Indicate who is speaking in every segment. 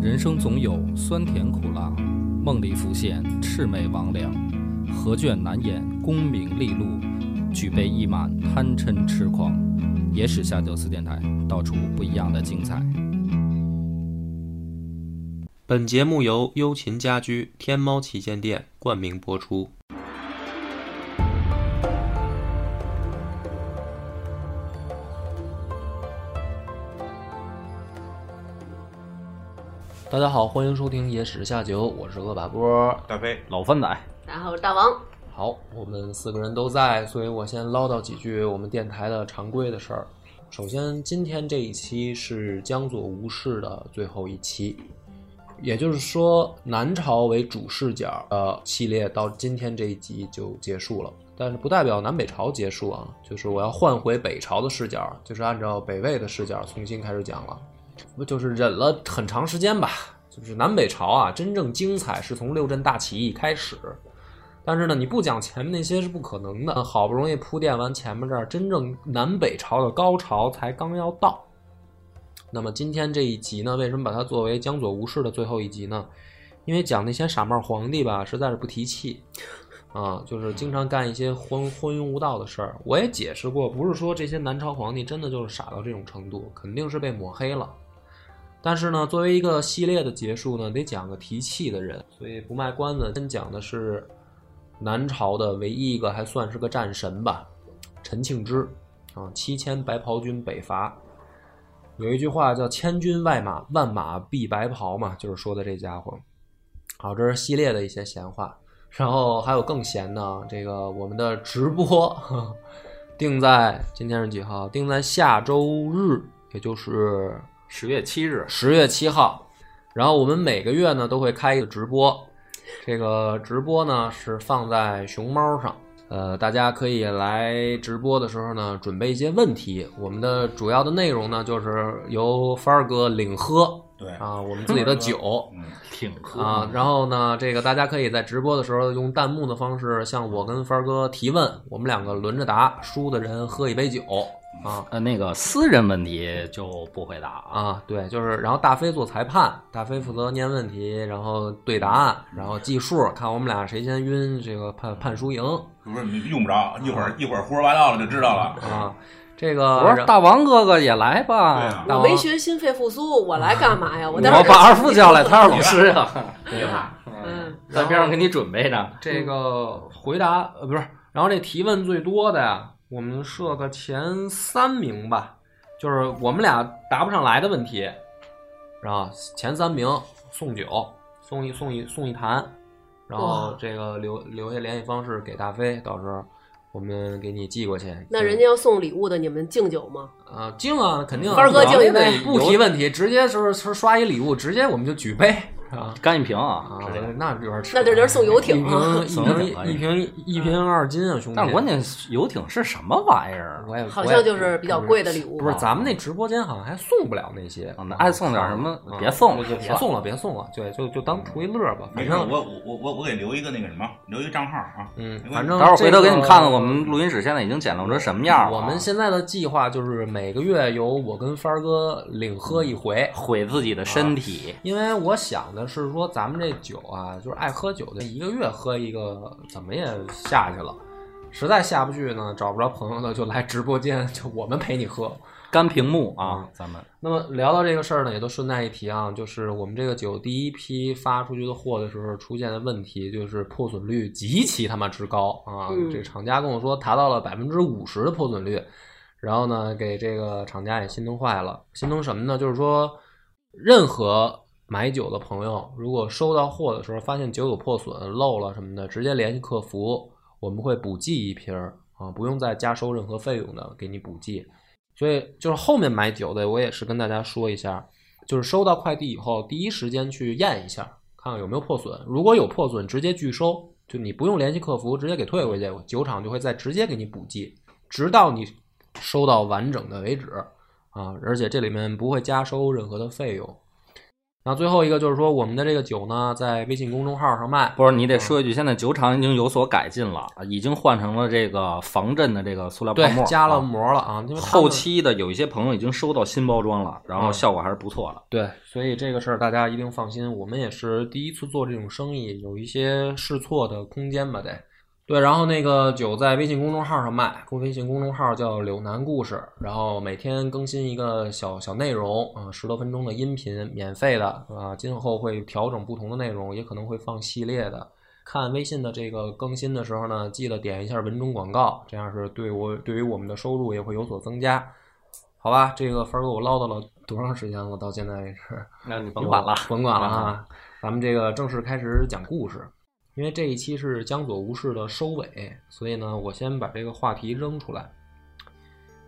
Speaker 1: 人生总有酸甜苦辣，梦里浮现魑魅魍魉，何卷难掩功名利禄，举杯一满贪嗔痴狂。野史下酒四电台，道出不一样的精彩。
Speaker 2: 本节目由优琴家居天猫旗舰店冠名播出。
Speaker 3: 大家好，欢迎收听《野史下酒》，我是恶把波。
Speaker 4: 大飞，
Speaker 1: 老番仔，
Speaker 5: 然后大王，
Speaker 3: 好，我们四个人都在，所以我先唠叨几句我们电台的常规的事儿。首先，今天这一期是江左吴氏的最后一期，也就是说，南朝为主视角的系列到今天这一集就结束了。但是不代表南北朝结束啊，就是我要换回北朝的视角，就是按照北魏的视角重新开始讲了。不就是忍了很长时间吧？就是南北朝啊，真正精彩是从六镇大起义开始。但是呢，你不讲前面那些是不可能的。好不容易铺垫完前面这儿，真正南北朝的高潮才刚要到。那么今天这一集呢，为什么把它作为江左吴氏的最后一集呢？因为讲那些傻帽皇帝吧，实在是不提气啊，就是经常干一些昏昏庸无道的事儿。我也解释过，不是说这些南朝皇帝真的就是傻到这种程度，肯定是被抹黑了。但是呢，作为一个系列的结束呢，得讲个提气的人，所以不卖关子，先讲的是南朝的唯一一个还算是个战神吧，陈庆之啊，七千白袍军北伐，有一句话叫“千军万马，万马必白袍”嘛，就是说的这家伙。好，这是系列的一些闲话，然后还有更闲的，啊这个我们的直播 呵呵定在今天是几号？定在下周日，也就是
Speaker 1: 十月七日，
Speaker 3: 十月七号，然后我们每个月呢都会开一个直播，这个直播呢是放在熊猫上，呃，大家可以来直播的时候呢准备一些问题。我们的主要的内容呢就是由帆儿哥领喝
Speaker 4: 对，
Speaker 3: 啊，我们自己的酒。
Speaker 4: 嗯，
Speaker 1: 挺酷
Speaker 3: 啊，然后呢，这个大家可以在直播的时候用弹幕的方式向我跟帆儿哥提问，我们两个轮着答，输的人喝一杯酒啊。
Speaker 1: 呃，那个私人问题就不回答啊。
Speaker 3: 啊，对，就是然后大飞做裁判，大飞负责念问题，然后对答案，然后计数，看我们俩谁先晕，这个判判输赢
Speaker 4: 不是你用不着，一会儿一会儿胡说八道了就知道了。
Speaker 3: 啊。这
Speaker 1: 我
Speaker 3: 个
Speaker 1: 说
Speaker 3: 然
Speaker 1: 大王哥哥也来
Speaker 4: 对
Speaker 1: 吧
Speaker 4: 啊，
Speaker 3: 大
Speaker 5: 我
Speaker 3: 王嗯
Speaker 5: 没学心肺复苏，我来干嘛呀？我
Speaker 1: 我
Speaker 5: 待会儿
Speaker 1: 把二副叫来，他是老师啊呀，
Speaker 3: 对
Speaker 5: 嗯，
Speaker 1: 在边上给你准备着。
Speaker 3: 这个回答呃不是，然后这提问最多的呀，我们设个前三名吧，就是我们俩答不上来的问题，然后前三名送酒，送一送一送一坛，然后
Speaker 5: 哇
Speaker 3: 这个留留下联系方式给大飞，到时候我们给你寄过去。
Speaker 5: 那人家要送礼物的，你们敬酒吗？
Speaker 3: 啊敬啊，肯定啊
Speaker 5: 二哥敬一
Speaker 3: 我们
Speaker 5: 杯
Speaker 3: 得不提问题，直接就是是刷一礼物，直接我们就举杯啊。
Speaker 1: 干一瓶啊
Speaker 3: 啊，
Speaker 1: 直接。，
Speaker 3: 那有点扯
Speaker 5: 那这人送游艇啊
Speaker 3: 一
Speaker 1: 送游艇
Speaker 3: 瓶
Speaker 1: 可以
Speaker 3: 一瓶一瓶一瓶二斤啊，兄弟！
Speaker 1: 但是关键是游艇是什么玩意儿？啊
Speaker 3: 我也
Speaker 5: 好
Speaker 3: 我也
Speaker 5: 像就是比较贵的礼物
Speaker 3: 不是，咱们那直播间好像还送不了那些
Speaker 1: 啊那，爱送点什么
Speaker 3: 嗯
Speaker 1: 别送嗯了
Speaker 3: 就别送了，别送了，对，就就当图一乐吧，
Speaker 4: 没
Speaker 3: 反
Speaker 4: 事，我
Speaker 3: 正。
Speaker 4: 我我我我给留一个那个什么，留一个账号啊。
Speaker 3: 嗯
Speaker 4: 没，
Speaker 3: 反
Speaker 4: 关系
Speaker 3: 正
Speaker 1: 待会儿回头给
Speaker 3: 这
Speaker 1: 你
Speaker 3: 个
Speaker 1: 们看看我们录音室现在已经简陋成什么样了啊。
Speaker 3: 我们现在的计划就是每个月由我跟帆儿哥领喝一回，
Speaker 1: 毁自己的身体，
Speaker 3: 因为我想的是说咱们这酒啊，就是爱喝酒的，一个月喝一个，怎么也下去了。实在下不去呢，找不着朋友的就来直播间，就我们陪你喝。
Speaker 1: 干屏幕啊，咱们
Speaker 3: 那么聊到这个事儿呢，也都顺带一提啊，就是我们这个酒第一批发出去的货的时候出现的问题，就是破损率极其他妈之高啊！
Speaker 5: 嗯
Speaker 3: 这个厂家跟我说达到了百分之五十的破损率，然后呢，给这个厂家也心疼坏了。心疼什么呢？就是说，任何买酒的朋友，如果收到货的时候发现酒有破损、漏了什么的，直接联系客服，我们会补寄一瓶儿啊，不用再加收任何费用的，给你补寄。所以就是后面买酒的，我也是跟大家说一下，就是收到快递以后，第一时间去验一下，看看有没有破损。如果有破损，直接拒收，就你不用联系客服，直接给退回去，酒厂就会再直接给你补寄，直到你收到完整的为止啊！而且这里面不会加收任何的费用。然后最后一个就是说，我们的这个酒呢，在微信公众号上卖，
Speaker 1: 不是，你得说一句，现在酒厂已经有所改进了，啊已经换成了这个防震的这个塑料泡
Speaker 3: 对
Speaker 1: 沫，，
Speaker 3: 加了
Speaker 1: 啊
Speaker 3: 膜了啊，因为他们
Speaker 1: 后期的有一些朋友已经收到新包装了，然后效果还是不错的。
Speaker 3: 对，所以这个事儿大家一定放心。我们也是第一次做这种生意，有一些试错的空间吧，得。对，然后那个酒在微信公众号上卖，公微信公众号叫“柳南故事”，然后每天更新一个小小内容，啊、十多分钟的音频，免费的啊、今后会调整不同的内容，也可能会放系列的。看微信的这个更新的时候呢，记得点一下文中广告，这样是对我对于我们的收入也会有所增加。好吧，这个凡儿哥我唠叨了多长时间了？到现在为止，
Speaker 1: 那你甭管了，
Speaker 3: 甭管了啊！咱们这个正式开始讲故事，因为这一期是江左无事的收尾，所以呢，我先把这个话题扔出来。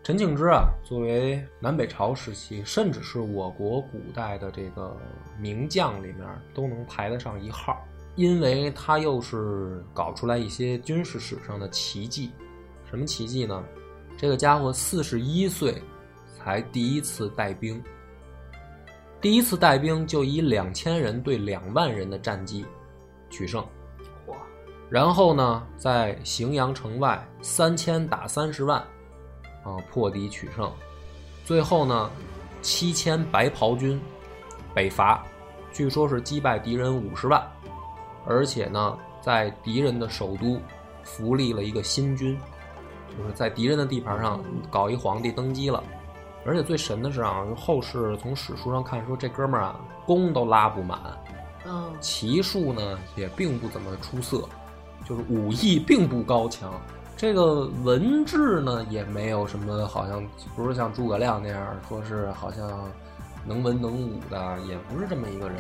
Speaker 3: 陈庆之啊，作为南北朝时期，甚至是我国古代的这个名将里面，都能排得上一号，因为他又是搞出来一些军事史上的奇迹。什么奇迹呢？这个家伙四十一岁才第一次带兵，第一次带兵就以两千人对两万人的战绩取胜。
Speaker 5: 哇！
Speaker 3: 然后呢，在荥阳城外三千打三十万，啊，破敌取胜。最后呢，七千白袍军北伐，据说是击败敌人五十万，而且呢，在敌人的首都扶立了一个新军，就是在敌人的地盘上搞一皇帝登基了。而且最神的是啊，后世从史书上看说这哥们儿啊，弓都拉不满，
Speaker 5: 嗯，
Speaker 3: 骑术呢也并不怎么出色，就是武艺并不高强。这个文治呢也没有什么，好像不是像诸葛亮那样说是好像能文能武的，也不是这么一个人。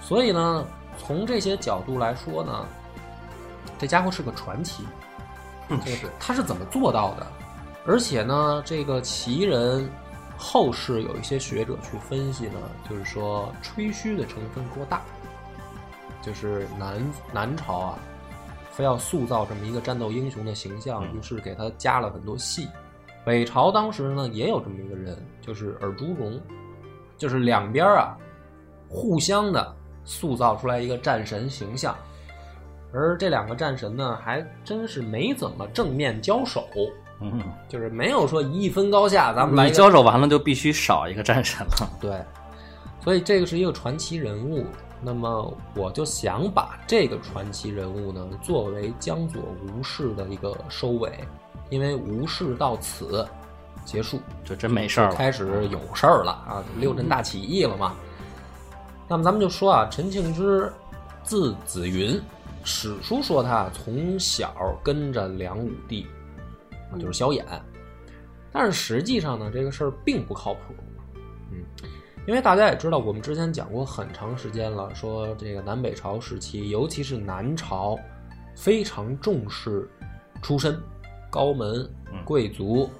Speaker 3: 所以呢，从这些角度来说呢，这家伙是个传奇。这个他是怎么做到的？而且呢，这个奇人后世有一些学者去分析呢，就是说吹嘘的成分过大，就是南南朝啊，非要塑造这么一个战斗英雄的形象，于是给他加了很多戏。嗯北朝当时呢也有这么一个人，就是尔朱荣，就是两边啊互相的塑造出来一个战神形象，而这两个战神呢还真是没怎么正面交手。
Speaker 1: 嗯，
Speaker 3: 就是没有说一分高下，咱们来一
Speaker 1: 你
Speaker 3: 个
Speaker 1: 交手完了就必须少一个战神了。
Speaker 3: 对，所以这个是一个传奇人物。那么我就想把这个传奇人物呢，作为江左吴氏的一个收尾，因为吴氏到此结束，
Speaker 1: 就真没事儿了
Speaker 3: 开始有事儿了啊，六镇大起义了嘛。那么咱们就说啊，陈庆之，字子云，史书说他从小跟着梁武帝，啊就是萧衍，但是实际上呢，这个事儿并不靠谱。嗯，因为大家也知道，我们之前讲过很长时间了，说这个南北朝时期，尤其是南朝，非常重视出身、高门、贵族，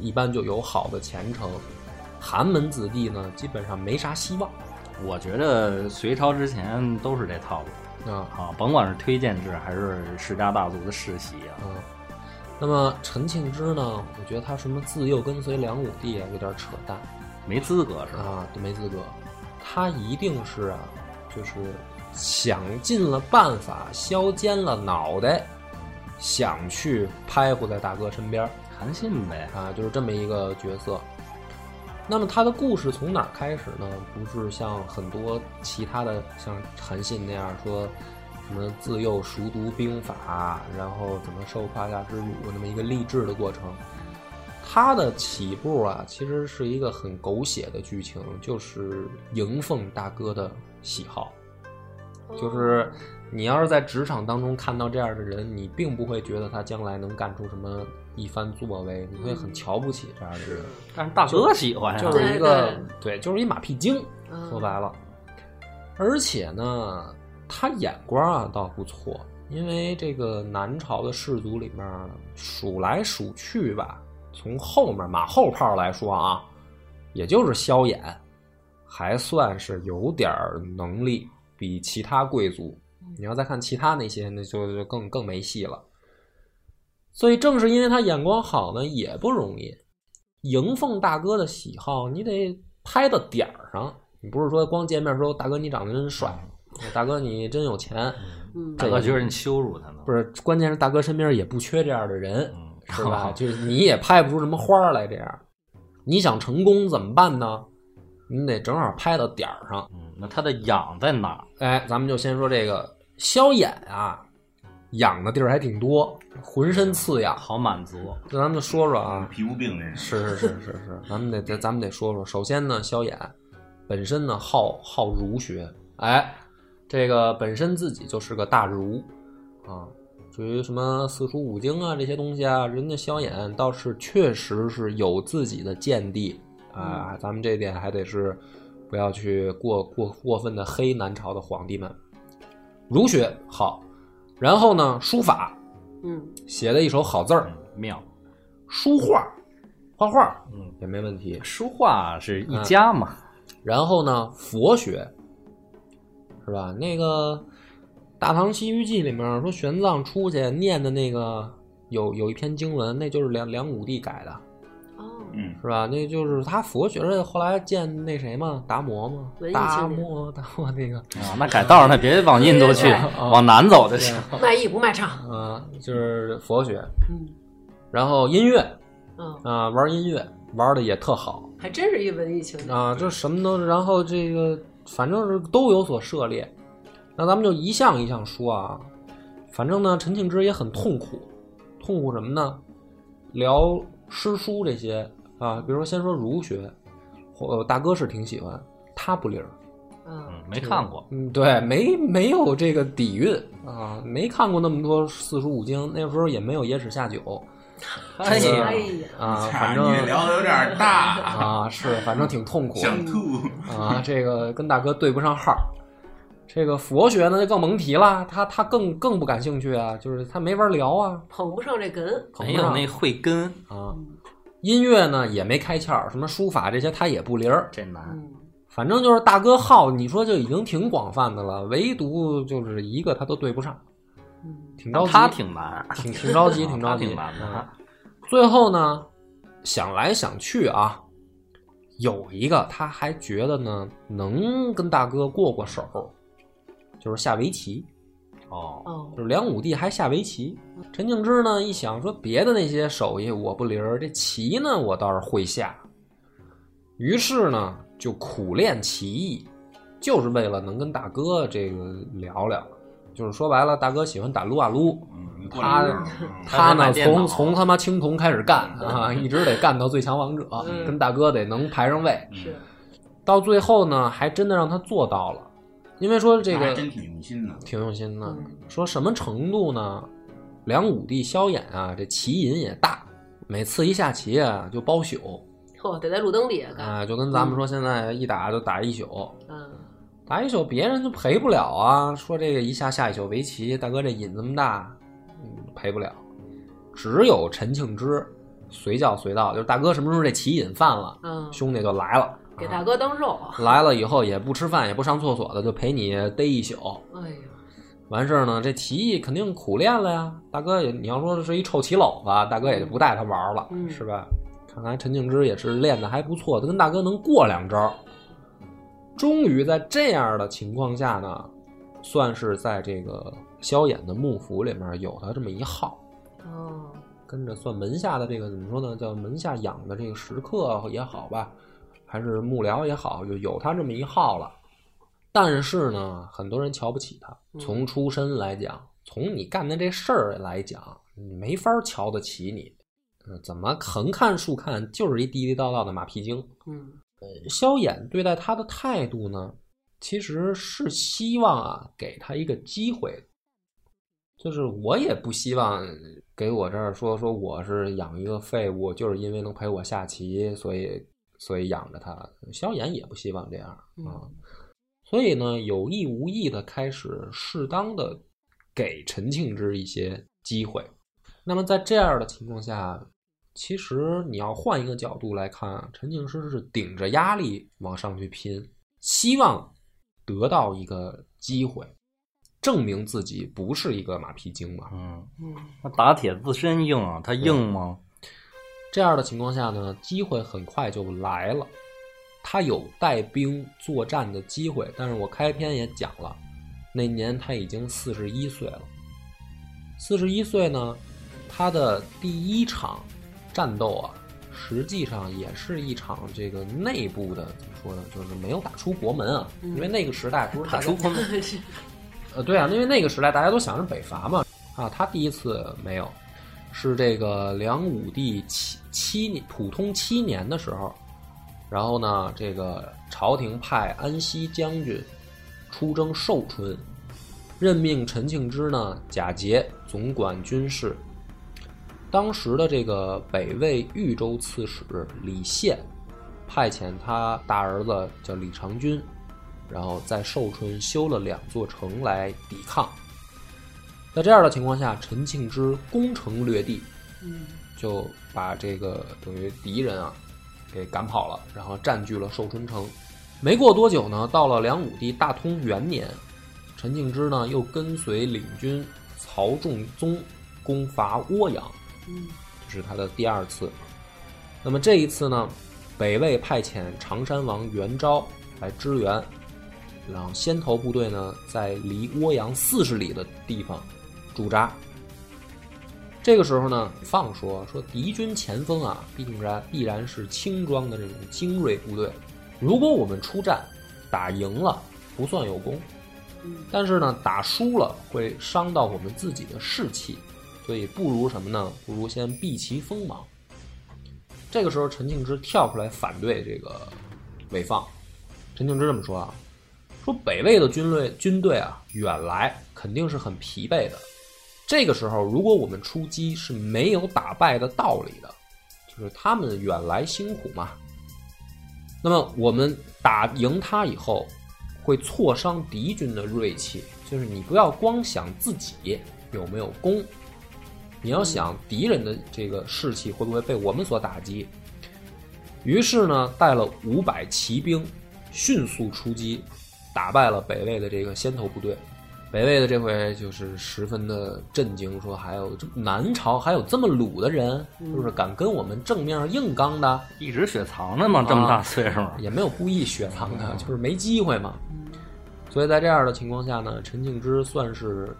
Speaker 3: 一般就有好的前程。寒门子弟呢，基本上没啥希望
Speaker 1: 我觉得隋朝之前都是这套路
Speaker 3: 啊。
Speaker 1: 啊，甭管是推荐制还是世家大族的世袭啊，
Speaker 3: 嗯，那么陈庆之呢，我觉得他什么自幼跟随梁武帝啊，有点扯淡
Speaker 1: 没资格是吧？
Speaker 3: 啊，都没资格。他一定是啊，就是想尽了办法，削尖了脑袋，想去拍糊在大哥身边儿
Speaker 1: 韩信呗，
Speaker 3: 啊，就是这么一个角色。那么他的故事从哪儿开始呢？不是像很多其他的像韩信那样说什么自幼熟读兵法，然后怎么受胯下之辱那么一个励志的过程。他的起步啊，其实是一个很狗血的剧情，就是迎奉大哥的喜好。
Speaker 5: 哦
Speaker 3: 就是你要是在职场当中看到这样的人，你并不会觉得他将来能干出什么一番作为，你会很瞧不起这样的人。
Speaker 1: 但是大哥喜欢啊呀
Speaker 3: 就，是一个对，就是一马屁精，
Speaker 5: 嗯
Speaker 3: 说白了。而且呢，他眼光啊倒不错，因为这个南朝的士族里面数来数去吧，从后面马后炮来说啊，也就是萧衍，还算是有点儿能力，比其他贵族。你要再看其他那些，那就就更更没戏了。所以正是因为他眼光好呢，也不容易。迎奉大哥的喜好，你得拍到点儿上。你不是说光见面说大哥你长得真帅，大哥你真有钱，
Speaker 5: 嗯，
Speaker 1: 大哥觉得你羞辱他呢。
Speaker 3: 不是，关键是大哥身边也不缺这样的人，
Speaker 1: 嗯
Speaker 3: 是吧？就是你也拍不出什么花儿来，这样，你想成功怎么办呢？你得正好拍到点儿上。
Speaker 1: 嗯，那他的痒在哪儿？
Speaker 3: 哎，咱们就先说这个萧衍啊，痒的地儿还挺多，浑身刺痒。
Speaker 1: 好满足。
Speaker 3: 那咱们就说说啊，
Speaker 4: 皮肤病这是。
Speaker 3: 是是是是是，咱们得得咱们得说说。首先呢，萧衍本身呢好好儒学，哎，这个本身自己就是个大儒啊，至于什么四书五经啊这些东西啊，人家萧衍倒是确实是有自己的见地啊，咱们这点还得是不要去过过过分的黑南朝的皇帝们。儒学好，然后呢，书法
Speaker 5: 嗯，
Speaker 3: 写了一手好字儿，
Speaker 1: 嗯，妙。
Speaker 3: 书画画画
Speaker 1: 嗯，
Speaker 3: 也没问题。
Speaker 1: 书画是
Speaker 3: 嗯
Speaker 1: 一家嘛。
Speaker 3: 然后呢，佛学是吧？那个《大唐西域记》里面说，玄奘出去念的那个有有一篇经文，那就是梁梁武帝改的，
Speaker 5: 哦，
Speaker 4: 嗯，
Speaker 3: 是吧？那就是他佛学的，后来见那谁嘛，达摩嘛
Speaker 5: 文，艺
Speaker 3: 达
Speaker 5: 青年
Speaker 3: 摩达摩那个，
Speaker 1: 啊，那改道上那别往印度 去，往南走就行。
Speaker 5: 卖艺不卖唱，
Speaker 3: 嗯、就是佛学。
Speaker 5: 嗯
Speaker 3: 然后音乐
Speaker 5: 嗯，
Speaker 3: 啊、玩音乐玩的也特好，
Speaker 5: 还真是一文艺青年，
Speaker 3: 啊，这什么都是，然后这个反正是都有所涉猎。那咱们就一项一项说啊，反正呢，陈庆之也很痛苦，痛苦什么呢？聊诗书这些啊，比如说先说儒学，我大哥是挺喜欢，他不灵儿，
Speaker 5: 嗯
Speaker 1: 嗯，没看过。
Speaker 3: 嗯，对，没没有这个底蕴啊，没看过那么多四书五经，那时候也没有野史下酒
Speaker 1: 哎
Speaker 3: 是
Speaker 1: 呀
Speaker 5: 哎，呀，
Speaker 3: 啊，
Speaker 4: 啊，
Speaker 3: 反
Speaker 4: 你
Speaker 3: 正
Speaker 4: 这聊的有点 大，
Speaker 3: 啊是，反正挺痛苦，
Speaker 4: 想吐。
Speaker 3: 啊，这个跟大哥对不上号儿。这个佛学呢就更甭提了，他他更更不感兴趣啊，就是他没法聊啊，
Speaker 5: 捧不上这根，嗯
Speaker 3: 捧
Speaker 1: 没
Speaker 3: 不
Speaker 1: 有
Speaker 3: 上
Speaker 1: 那慧根，
Speaker 3: 啊。音乐呢也没开窍儿，什么书法这些他也不灵儿。
Speaker 1: 这难。
Speaker 5: 嗯，
Speaker 3: 反正就是大哥好，你说就已经挺广泛的了，唯独就是一个他都对不上，
Speaker 5: 嗯
Speaker 3: 挺着急，
Speaker 1: 他挺难，
Speaker 3: 挺挺 着急，挺
Speaker 1: 他
Speaker 3: 着急，嗯
Speaker 1: 挺难的。
Speaker 3: 最后呢，想来想去啊，有一个他还觉得呢能跟大哥过过手，就是下围棋。
Speaker 1: 哦，
Speaker 5: 哦
Speaker 3: 就，是梁武帝还下围棋。陈敬之呢一想说，别的那些手艺我不灵儿，这棋呢我倒是会下。于是呢就苦练棋艺，就是为了能跟大哥这个聊聊。就是说白了，大哥喜欢打撸啊撸，
Speaker 4: 嗯，你过来一会儿嗯
Speaker 3: 他呢
Speaker 1: 还得买电脑
Speaker 3: 从从他妈青铜开始干啊，一直得干到最强王者，
Speaker 5: 嗯
Speaker 3: 跟大哥得能排上位。
Speaker 4: 嗯
Speaker 5: 是，
Speaker 3: 到最后呢，还真的让他做到了，因为说这
Speaker 4: 那还
Speaker 3: 个
Speaker 4: 真挺用心的。
Speaker 3: 挺用心的。
Speaker 5: 嗯
Speaker 3: 说什么程度呢？梁武帝萧衍啊，这棋瘾也大，每次一下棋啊就包宿
Speaker 5: 嚯，得在路灯底下干，
Speaker 3: 啊，就跟咱们说现在一打就打一宿，
Speaker 5: 嗯，
Speaker 3: 打一宿别人就赔不了啊。说这个一下下一宿围棋，大哥这瘾这么大，嗯，赔不了。只有陈庆之随叫随到，就是大哥什么时候这棋瘾犯了，
Speaker 5: 嗯，
Speaker 3: 兄弟就来了。啊
Speaker 5: 给大哥当肉，
Speaker 3: 来了以后也不吃饭也不上厕所的，就陪你逮一宿。
Speaker 5: 哎呀，
Speaker 3: 完事儿呢，这棋艺肯定苦练了呀。大哥也，你要说是一臭棋篓子，大哥也就不带他玩了，
Speaker 5: 嗯
Speaker 3: 是吧？看来陈敬之也是练的还不错，他跟大哥能过两招。终于在这样的情况下呢，算是在这个萧衍的幕府里面有他这么一号，
Speaker 5: 哦，
Speaker 3: 跟着算门下的这个怎么说呢，叫门下养的这个食客也好吧，还是幕僚也好，就有他这么一号了。但是呢，很多人瞧不起他。
Speaker 5: 嗯
Speaker 3: 从出身来讲，从你干的这事儿来讲，你没法瞧得起你。呃怎么横看竖看就是一地地道道的马屁精。
Speaker 5: 嗯，
Speaker 3: 萧衍对待他的态度呢，其实是希望啊给他一个机会，就是我也不希望给我这儿说说我是养一个废物，就是因为能陪我下棋，所以所以养着他。萧衍也不希望这样啊，
Speaker 5: 嗯
Speaker 3: 所以呢，有意无意的开始适当的给陈庆之一些机会。那么在这样的情况下，其实你要换一个角度来看啊，陈静之是顶着压力往上去拼，希望得到一个机会，证明自己不是一个马屁精嘛。
Speaker 1: 嗯，
Speaker 5: 嗯，
Speaker 1: 那打铁自身硬啊，他硬吗？
Speaker 3: 这样的情况下呢，机会很快就来了。他有带兵作战的机会，但是我开篇也讲了，那年他已经四十一岁了。四十一岁呢，他的第一场战斗啊，实际上也是一场这个内部的怎么说呢，就是没有打出国门啊，
Speaker 5: 嗯
Speaker 3: 因为那个时代不是大家
Speaker 2: 国门，
Speaker 5: 是
Speaker 3: 呃，对啊，因为那个时代大家都想着北伐嘛，啊，他第一次没有，是这个梁武帝七七年普通七年的时候，然后呢，这个朝廷派安西将军出征寿春，任命陈庆之呢假节总管军事。当时的这个北魏豫州刺史李宪，派遣他大儿子叫李长君，然后在寿春修了两座城来抵抗。在这样的情况下，陈庆之攻城略地，
Speaker 5: 嗯
Speaker 3: 就把这个等于敌人啊给赶跑了，然后占据了寿春城。没过多久呢，到了梁武帝大通元年，陈庆之呢又跟随领军曹仲宗攻伐涡阳，
Speaker 5: 嗯
Speaker 3: 这是他的第二次。那么这一次呢，北魏派遣常山王元昭来支援，然后先头部队呢在离涡阳四十里的地方驻扎。这个时候呢，放说说敌军前锋啊，必然必然是轻装的这种精锐部队。如果我们出战打赢了，不算有功，
Speaker 5: 嗯
Speaker 3: 但是呢，打输了会伤到我们自己的士气，所以不如什么呢？不如先避其锋芒。这个时候，陈庆之跳出来反对这个违放。陈庆之这么说啊，说北魏的军队军队啊，远来肯定是很疲惫的。这个时候，如果我们出击是没有打败的道理的，就是他们远来辛苦嘛。那么我们打赢他以后，会挫伤敌军的锐气。就是你不要光想自己有没有功，你要想敌人的这个士气会不会被我们所打击。于是呢，带了五百骑兵，迅速出击，打败了北魏的这个先头部队。北魏的这回就是十分的震惊，说还有这南朝还有这么鲁的人，就是敢跟我们正面硬刚的。
Speaker 2: 一直雪藏呢嘛，这
Speaker 3: 啊
Speaker 2: 么大岁数，
Speaker 3: 也没有故意雪藏的，就是没机会嘛。所以在这样的情况下呢，陈庆之算是，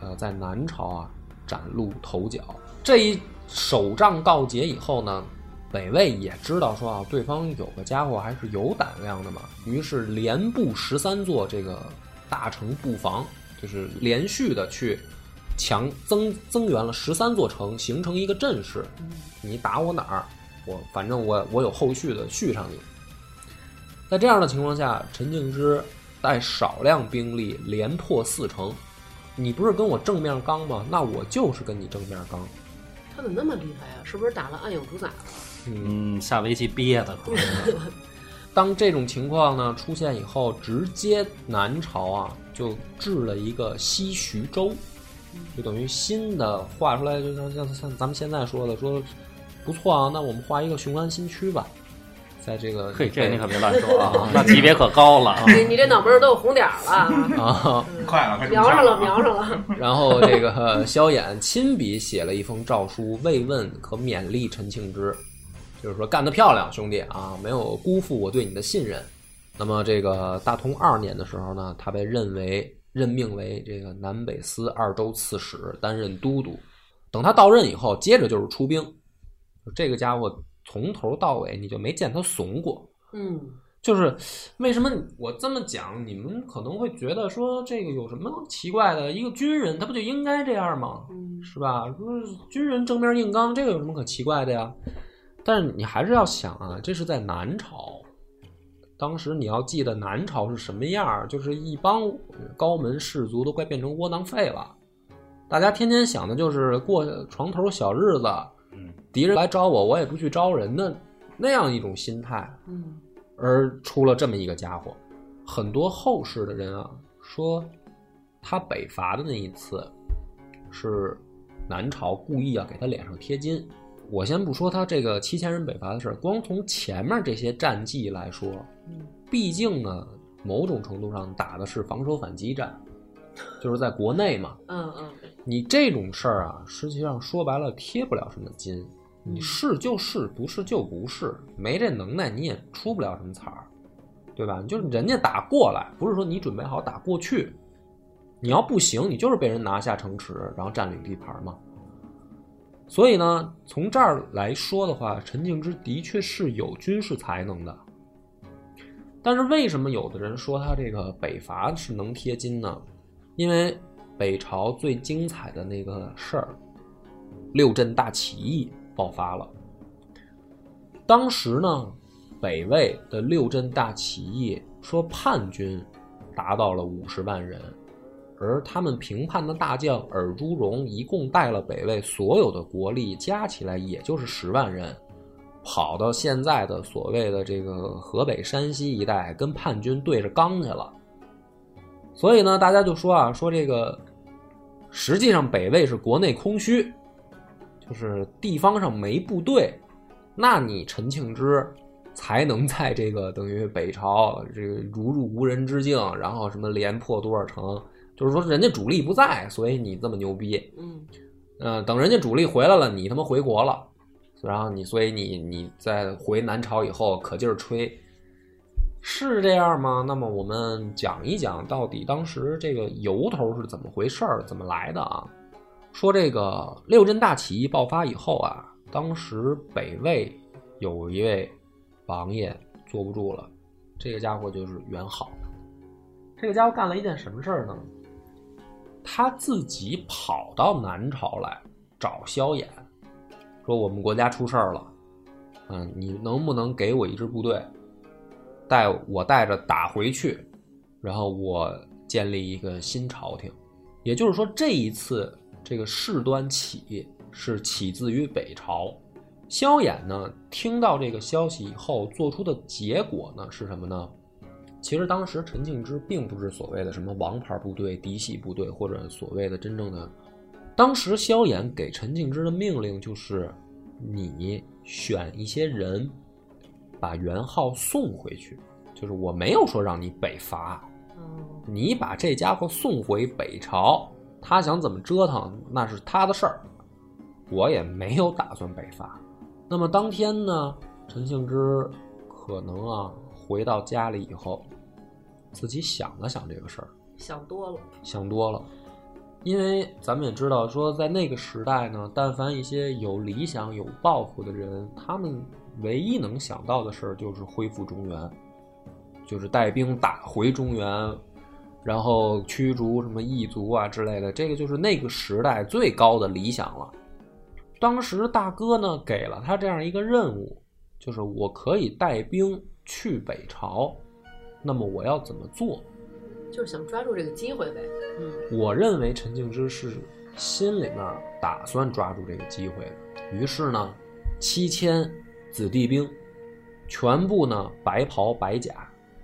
Speaker 3: 呃，在南朝啊崭露头角。这一首仗告捷以后呢，北魏也知道说啊，对方有个家伙还是有胆量的嘛，于是连布十三座这个大城布防，就是连续的去强增增援了十三座城，形成一个阵势。
Speaker 5: 嗯
Speaker 3: 你打我哪儿，我反正我我有后续的续上你。在这样的情况下，陈敬之带少量兵力连破四城。你不是跟我正面刚吗？那我就是跟你正面刚。
Speaker 5: 他怎么那么厉害呀？是不是打了暗影主宰？
Speaker 2: 嗯，下围棋憋的，可能是
Speaker 3: 当这种情况呢出现以后，直接南朝啊就制了一个西徐州，就等于新的画出来，就像像像咱们现在说的，说不错啊，那我们画一个雄安新区吧，在这个
Speaker 2: 嘿，这
Speaker 3: 北
Speaker 2: 你可别乱说 啊，那级别可高了啊。
Speaker 5: 你你这脑门儿都有红点儿 了，
Speaker 3: 啊，
Speaker 4: 快了，快啊
Speaker 5: 瞄上了，瞄上了。
Speaker 3: 然后这个呃萧衍亲笔写了一封诏书慰问和勉励陈庆之，就是说干得漂亮，兄弟啊，没有辜负我对你的信任。那么这个大同二年的时候呢，他被认为任命为这个南北司二州刺史，担任都督。等他到任以后，接着就是出兵，这个家伙从头到尾你就没见他怂过。
Speaker 5: 嗯
Speaker 3: 就是为什么我这么讲，你们可能会觉得说这个有什么奇怪的？一个军人他不就应该这样吗？
Speaker 5: 嗯
Speaker 3: 是吧？不是军人正面硬刚，这个有什么可奇怪的呀？但是你还是要想啊，这是在南朝，当时你要记得南朝是什么样儿，就是一帮高门士族都快变成窝囊废了，大家天天想的就是过床头小日子，敌人来招我，我也不去招人的那样一种心态。
Speaker 5: 嗯
Speaker 3: 而出了这么一个家伙。很多后世的人啊说，他北伐的那一次是南朝故意要给他脸上贴金。我先不说他这个七千人北伐的事儿，光从前面这些战绩来说，
Speaker 5: 嗯
Speaker 3: 毕竟呢，某种程度上打的是防守反击战，就是在国内嘛。
Speaker 5: 嗯嗯
Speaker 3: 你这种事儿啊，实际上说白了贴不了什么金，
Speaker 5: 嗯
Speaker 3: 你是就是，不是就不是，没这能耐你也出不了什么彩儿，对吧？就是人家打过来，不是说你准备好打过去，你要不行，你就是被人拿下城池，然后占领地盘嘛。所以呢，从这儿来说的话，陈敬之的确是有军事才能的。但是为什么有的人说他这个北伐是能贴金呢？因为北朝最精彩的那个事儿，六镇大起义爆发了。当时呢，北魏的六镇大起义说叛军达到了五十万人，而他们平叛的大将尔朱荣一共带了北魏所有的国力，加起来也就是十万人，跑到现在的所谓的这个河北、山西一带，跟叛军对着刚去了。所以呢，大家就说啊，说这个实际上北魏是国内空虚，就是地方上没部队，那你陈庆之才能在这个等于北朝这个如入无人之境，然后什么连破多少城，就是说人家主力不在，所以你这么牛逼。
Speaker 5: 嗯
Speaker 3: 嗯，等人家主力回来了，你他妈回国了，然后你所以你你再回南朝以后可劲儿吹，是这样吗？那么我们讲一讲到底当时这个由头是怎么回事儿，怎么来的啊？说这个六镇大起义爆发以后啊，当时北魏有一位王爷坐不住了，这个家伙就是元好。这个家伙干了一件什么事儿呢？他自己跑到南朝来找萧衍，说我们国家出事儿了，嗯，你能不能给我一支部队，带我带着打回去，然后我建立一个新朝廷。也就是说，这一次这个事端起是起自于北朝。萧衍呢，听到这个消息以后，做出的结果呢是什么呢？其实当时陈庆之并不是所谓的什么王牌部队、嫡系部队，或者所谓的真正的。当时萧衍给陈庆之的命令就是，你选一些人，把元昊送回去。就是我没有说让你北伐，
Speaker 5: 哦
Speaker 3: 你把这家伙送回北朝，他想怎么折腾那是他的事儿，我也没有打算北伐。那么当天呢，陈庆之可能啊回到家里以后，自己想了想这个事儿，
Speaker 5: 想多了，
Speaker 3: 想多了。因为咱们也知道，说在那个时代呢，但凡一些有理想、有抱负的人，他们唯一能想到的事儿就是恢复中原，就是带兵打回中原，然后驱逐什么异族啊之类的。这个就是那个时代最高的理想了。当时大哥呢给了他这样一个任务，就是我可以带兵去北朝，那么我要怎么做？
Speaker 5: 就是想抓住这个机会呗。嗯
Speaker 3: 我认为陈庆之是心里面打算抓住这个机会的，于是呢，七千子弟兵全部呢白袍白甲，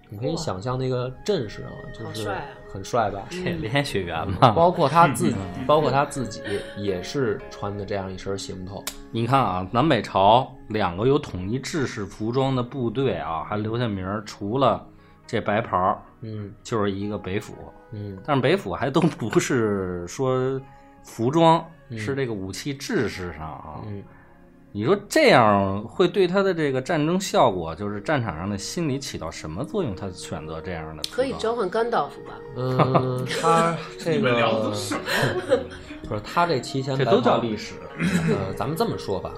Speaker 3: 你可以
Speaker 5: 哇
Speaker 3: 想象那个阵势啊，就
Speaker 5: 好
Speaker 3: 是
Speaker 5: 帅啊
Speaker 3: 很帅吧？
Speaker 5: 嗯
Speaker 6: 这连血缘嘛，
Speaker 3: 包括他自己，包括他自己也是穿的这样一身行头，
Speaker 6: 你看啊，南北朝两个有统一制式服装的部队啊，还留下名儿，除了这白袍儿，
Speaker 3: 嗯
Speaker 6: 就是一个北府，
Speaker 3: 嗯
Speaker 6: 但是北府还都不是说服装，
Speaker 3: 嗯
Speaker 6: 是这个武器制式上啊。
Speaker 3: 嗯，
Speaker 6: 你说这样会对他的这个战争效果，就是战场上的心理起到什么作用？他选择这样的服装
Speaker 5: 可以召唤甘道夫吧？
Speaker 3: 嗯，他这
Speaker 4: 你们聊的
Speaker 3: 个
Speaker 4: 都什么？
Speaker 3: 不是他这七千
Speaker 6: 这
Speaker 3: 白
Speaker 6: 都叫
Speaker 3: 袍，
Speaker 6: 历史。
Speaker 3: 呃，咱们这么说吧，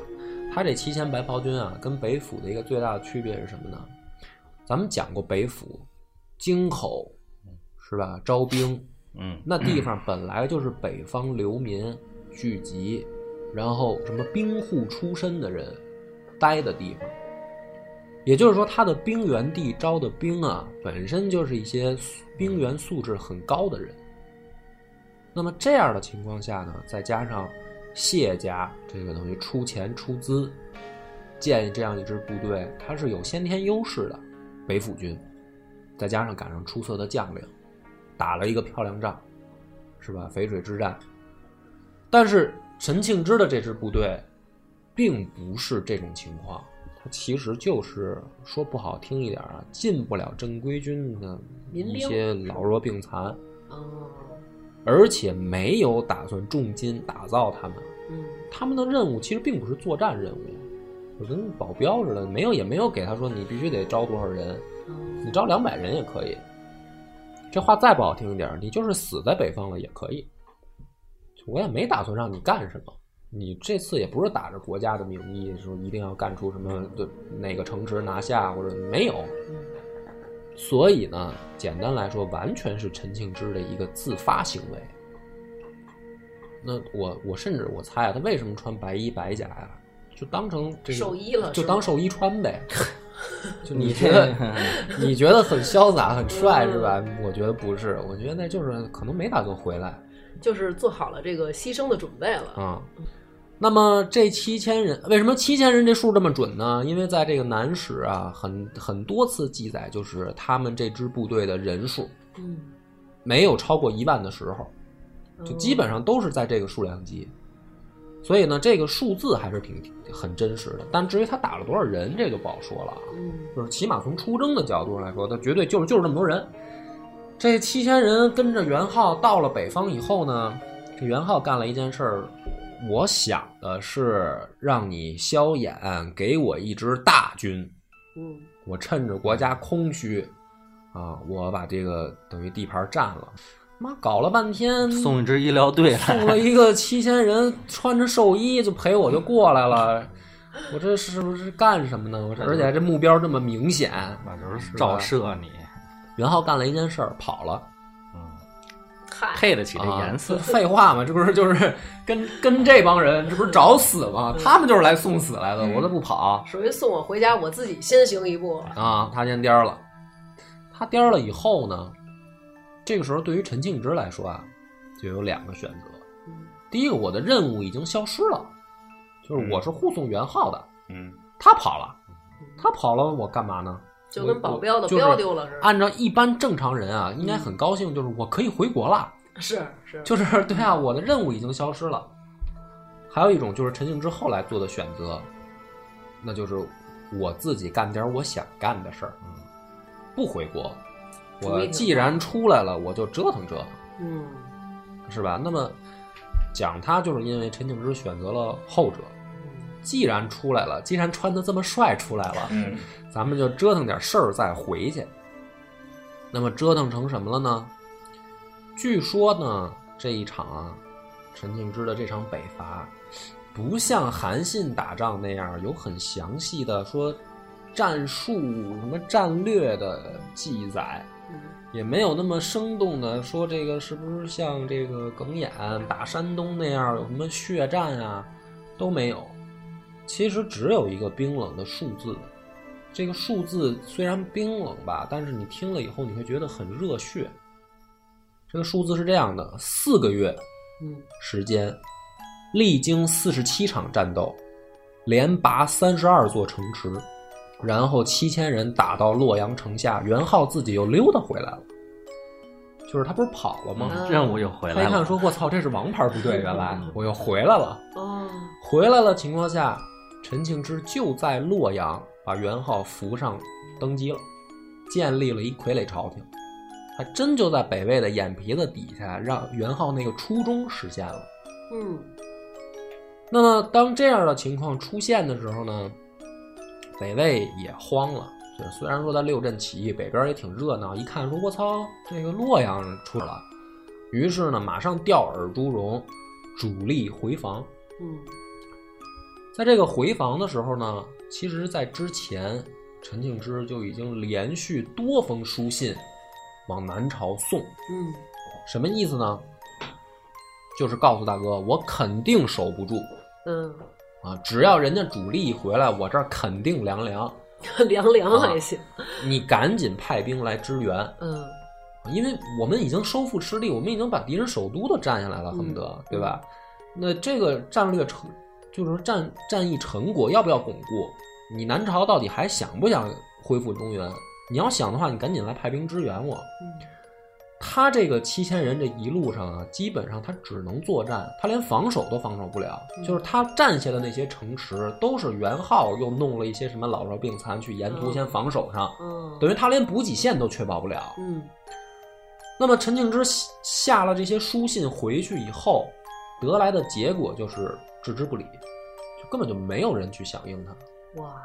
Speaker 3: 他这七千白袍军啊，跟北府的一个最大的区别是什么呢？咱们讲过北府，京口是吧？招兵
Speaker 6: 嗯，
Speaker 3: 那地方本来就是北方流民聚集，然后什么兵户出身的人待的地方。也就是说，他的兵源地招的兵啊，本身就是一些素兵源素质很高的人。那么这样的情况下呢，再加上谢家这个等于出钱出资建这样一支部队，它是有先天优势的。北府军，再加上赶上出色的将领，打了一个漂亮仗，是吧？淝水之战。但是陈庆之的这支部队，并不是这种情况，他其实就是说不好听一点啊，进不了正规军的
Speaker 5: 民兵
Speaker 3: 一些老弱病残。
Speaker 5: 哦，
Speaker 3: 而且没有打算重金打造他们，
Speaker 5: 嗯
Speaker 3: 他们的任务其实并不是作战任务呀，就跟保镖似的，没有也没有给他说你必须得招多少人，
Speaker 5: 嗯
Speaker 3: 你招两百人也可以。这话再不好听一点儿，你就是死在北方了也可以。我也没打算让你干什么，你这次也不是打着国家的名义说一定要干出什么的哪个城池拿下或者没有。
Speaker 5: 嗯
Speaker 3: 所以呢，简单来说，完全是陈庆之的一个自发行为。那我我甚至我猜啊，他为什么穿白衣白甲呀、就当成这个
Speaker 5: 寿衣了
Speaker 3: 就是当
Speaker 5: 吗
Speaker 3: 寿衣穿 呗。就你觉
Speaker 6: 这
Speaker 3: 得你觉得很潇洒很帅是吧？我觉得不是，我觉得那就是可能没打算回来
Speaker 5: 就是做好了这个牺牲的准备了。
Speaker 3: 啊、那么这七千人，为什么七千人这数这么准呢？因为在这个南史啊，很很多次记载，就是他们这支部队的人数
Speaker 5: 嗯，
Speaker 3: 没有超过一万的时候，就基本上都是在这个数量级。所以呢，这个数字还是挺很真实的。但至于他打了多少人，这就不好说了啊。
Speaker 5: 嗯
Speaker 3: 就是起码从出征的角度上来说，他绝对就是就是这么多人。这七千人跟着元昊到了北方以后呢，这元昊干了一件事儿，我想的是让你萧衍给我一支大军，
Speaker 5: 嗯
Speaker 3: 我趁着国家空虚，啊，我把这个等于地盘占了。妈搞了半天，
Speaker 6: 送一支医疗队来，
Speaker 3: 送了一个七千人，穿着寿衣就陪我就过来了。我这是不是干什么呢？我这而且这目标这么明显，
Speaker 6: 那就是照射你，
Speaker 3: 袁昊干了一件事儿，跑了。
Speaker 5: 嗨，
Speaker 6: 配得起这颜色
Speaker 3: 啊。废话嘛，这不是就是跟跟这帮人，这不是找死吗？他们就是来送死来的，
Speaker 6: 嗯
Speaker 3: 我都不跑
Speaker 5: 属于送我回家，我自己先行一步。
Speaker 3: 啊！他先颠儿了，他颠儿了以后呢，这个时候对于陈庆之来说啊，就有两个选择。
Speaker 5: 嗯
Speaker 3: 第一个，我的任务已经消失了，就是我是护送袁昊的，
Speaker 4: 嗯，
Speaker 3: 他跑了，他跑了，我干嘛呢？
Speaker 5: 就跟保镖的
Speaker 3: 我就是
Speaker 5: 镖丢了似的，
Speaker 3: 按照一般正常人啊，应该很高兴，就是我可以回国了。
Speaker 5: 是是，
Speaker 3: 就是 对啊，我的任务已经消失了。还有一种就是陈庆之后来做的选择，那就是我自己干点我想干的事儿，不回国。
Speaker 5: 嗯主
Speaker 3: 我
Speaker 5: 意挺
Speaker 3: 既然出来了，我就折腾折腾，
Speaker 5: 嗯
Speaker 3: 是吧？那么讲他就是因为陈庆之选择了后者。
Speaker 5: 嗯
Speaker 3: 既然出来了，既然穿的这么帅出来了，
Speaker 4: 嗯，
Speaker 3: 咱们就折腾点事儿再回去。那么折腾成什么了呢？据说呢，这一场啊，陈庆之的这场北伐，不像韩信打仗那样有很详细的说战术什么战略的记载，
Speaker 5: 嗯
Speaker 3: 也没有那么生动的说这个是不是像这个耿眼打山东那样有什么血战啊，都没有。其实只有一个冰冷的数字，这个数字虽然冰冷吧，但是你听了以后你会觉得很热血。这个数字是这样的：四个月
Speaker 5: 嗯
Speaker 3: 时间，历经四十七场战斗，连拔三十二座城池，然后七千人打到洛阳城下，袁昊自己又溜达回来了。就是他不是跑了吗？
Speaker 5: 嗯
Speaker 6: 任务又回
Speaker 3: 他
Speaker 6: 来
Speaker 3: 一看
Speaker 6: 了，嗯
Speaker 3: 说：“我操，这是王牌部 队，原来我又回来了。”
Speaker 5: 哦，
Speaker 3: 回来了情况下，陈庆之就在洛阳把元昊扶上登基了，建立了一傀儡朝廷，还真就在北魏的眼皮子底下，让元昊那个初衷实现了。
Speaker 5: 嗯
Speaker 3: 那么当这样的情况出现的时候呢，北魏也慌了。就是虽然说他六镇起义北边也挺热闹，一看说我操，这个洛阳出了，于是呢马上调尔朱荣，主力回防。
Speaker 5: 嗯
Speaker 3: 在这个回防的时候呢，其实，在之前，陈庆之就已经连续多封书信往南朝送，
Speaker 5: 嗯
Speaker 3: 什么意思呢？就是告诉大哥，我肯定守不住
Speaker 5: 嗯，
Speaker 3: 啊！只要人家主力一回来，我这儿肯定凉凉，
Speaker 5: 嗯凉凉
Speaker 3: 啊
Speaker 5: 还行，
Speaker 3: 你赶紧派兵来支援，
Speaker 5: 嗯
Speaker 3: 因为我们已经收复失地，我们已经把敌人首都都占下来了，恨不得
Speaker 5: 嗯
Speaker 3: 对吧？那这个战略成，就是说战战役成果要不要巩固？你南朝到底还想不想恢复中原？你要想的话，你赶紧来派兵支援我。
Speaker 5: 嗯
Speaker 3: 他这个七千人这一路上啊，基本上他只能作战，他连防守都防守不了。
Speaker 5: 嗯
Speaker 3: 就是他占下的那些城池，都是元昊又弄了一些什么老弱病残去沿途
Speaker 5: 嗯
Speaker 3: 先防守上，
Speaker 5: 嗯，
Speaker 3: 等于他连补给线都确保不了。
Speaker 5: 嗯
Speaker 3: 那么陈庆之下了这些书信回去以后，得来的结果就是置之不理，就根本就没有人去响应他。
Speaker 5: 哇，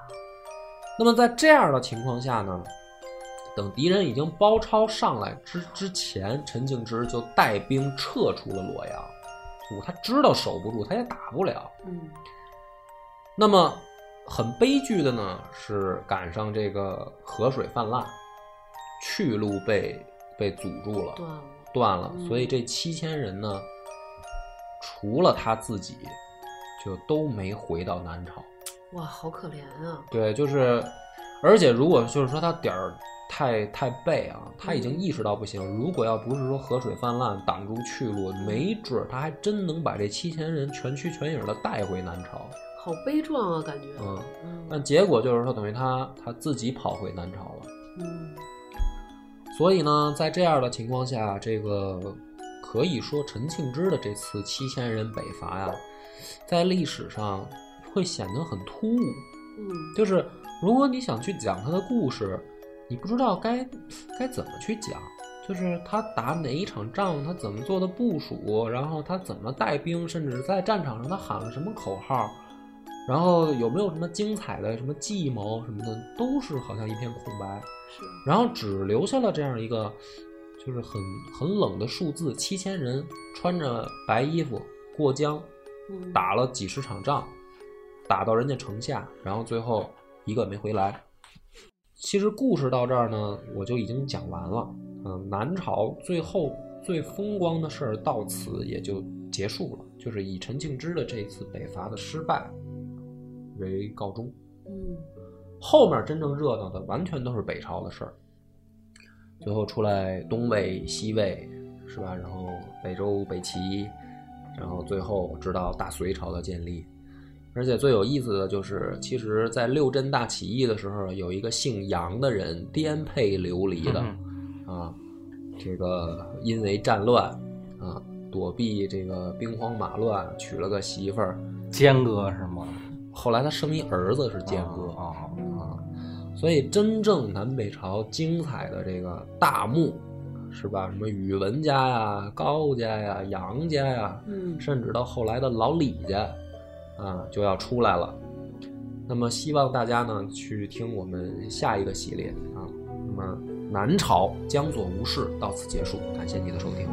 Speaker 3: 那么在这样的情况下呢，等敌人已经包抄上来之之前，陈敬之就带兵撤出了洛阳。就他知道守不住，他也打不了。
Speaker 5: 嗯
Speaker 3: 那么很悲剧的呢，是赶上这个河水泛滥，去路被被阻住了，
Speaker 5: 断了，
Speaker 3: 断了。
Speaker 5: 嗯
Speaker 3: 所以这七千人呢，除了他自己，就都没回到南朝。
Speaker 5: 哇，好可怜啊！
Speaker 3: 对，就是，而且如果就是说他点儿太太背啊，他已经
Speaker 5: 嗯
Speaker 3: 意识到不行。如果要不是说河水泛滥挡住去路，没准儿他还真能把这七千人全虚全影的带回南朝。
Speaker 5: 好悲壮啊，感觉。
Speaker 3: 嗯但
Speaker 5: 嗯
Speaker 3: 结果就是说，等于他他自己跑回南朝了。
Speaker 5: 嗯
Speaker 3: 所以呢，在这样的情况下，这个可以说陈庆之的这次七千人北伐呀，在历史上会显得很突兀。
Speaker 5: 嗯，
Speaker 3: 就是如果你想去讲他的故事，你不知道该该怎么去讲，就是他打哪一场仗，他怎么做的部署，然后他怎么带兵，甚至在战场上他喊了什么口号，然后有没有什么精彩的什么计谋什么的，都是好像一片空白，
Speaker 5: 是
Speaker 3: 然后只留下了这样一个。就是很很冷的数字，七千人穿着白衣服过江，
Speaker 5: 嗯
Speaker 3: 打了几十场仗，打到人家城下，然后最后一个也没回来。其实故事到这儿呢，我就已经讲完了。嗯，南朝最后最风光的事儿到此也就结束了，就是以陈庆之的这一次北伐的失败为告终。
Speaker 5: 嗯
Speaker 3: 后面真正热闹的完全都是北朝的事儿。最后出来东魏、西魏，是吧？然后北周、北齐，然后最后直到大隋朝的建立。而且最有意思的就是，其实，在六镇大起义的时候，有一个姓杨的人颠沛流离的，啊，这个因为战乱啊，躲避这个兵荒马乱，娶了个媳妇儿。
Speaker 6: 坚哥是吗？
Speaker 3: 后来他生一儿子是建哥
Speaker 6: 啊，
Speaker 5: 嗯
Speaker 3: 啊，所以真正南北朝精彩的这个大幕，是吧？什么宇文家呀、高家呀、杨家呀，
Speaker 5: 嗯
Speaker 3: 甚至到后来的老李家，啊，就要出来了。那么希望大家呢去听我们下一个系列啊。那么南朝江左无事到此结束，感谢你的收听。